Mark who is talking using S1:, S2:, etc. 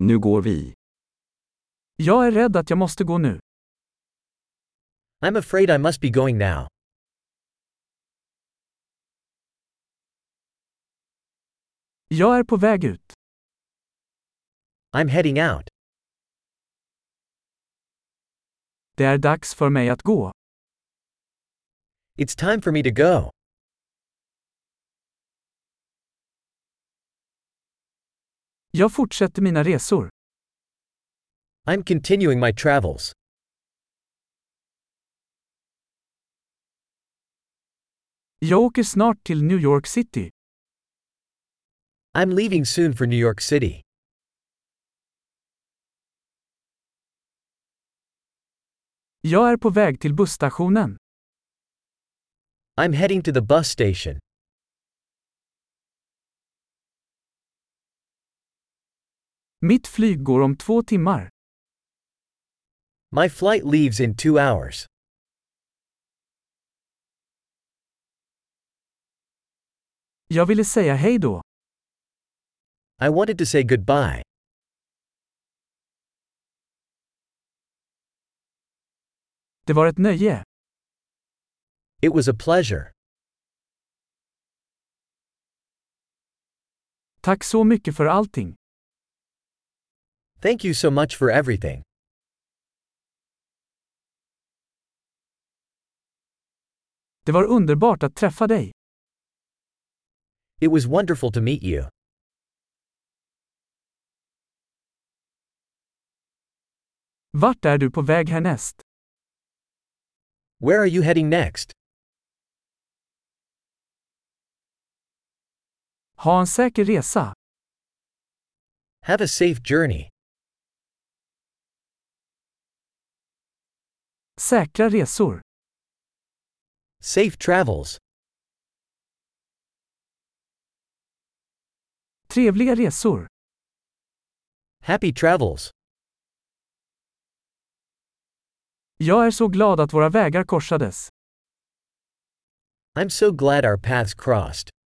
S1: Nu går vi.
S2: Jag är rädd att jag måste gå nu.
S3: I'm afraid I must be going now.
S2: Jag är på väg ut.
S3: I'm heading out.
S2: Det är dags för mig att gå.
S3: It's time for me to go.
S2: Jag fortsätter mina resor.
S3: I'm continuing my travels.
S2: Jag åker snart till New York City.
S3: I'm leaving soon for New York City.
S2: Jag är på väg till busstationen.
S3: I'm heading to the bus station.
S2: Mitt flyg går om två timmar.
S3: My flight leaves in two hours.
S2: Jag ville säga hej då.
S3: I wanted to say goodbye.
S2: Det var ett nöje.
S3: It was a pleasure.
S2: Tack så mycket för allting.
S3: Thank you so much for everything.
S2: Det var underbart att träffa dig.
S3: It was wonderful to meet you.
S2: Vart är du på väg härnäst?
S3: Where are you heading next?
S2: Ha en säker resa.
S3: Have a safe journey.
S2: Säkra resor.
S3: Safe travels.
S2: Trevliga resor.
S3: Happy travels.
S2: Jag är så glad att våra vägar korsades.
S3: I'm so glad our paths crossed.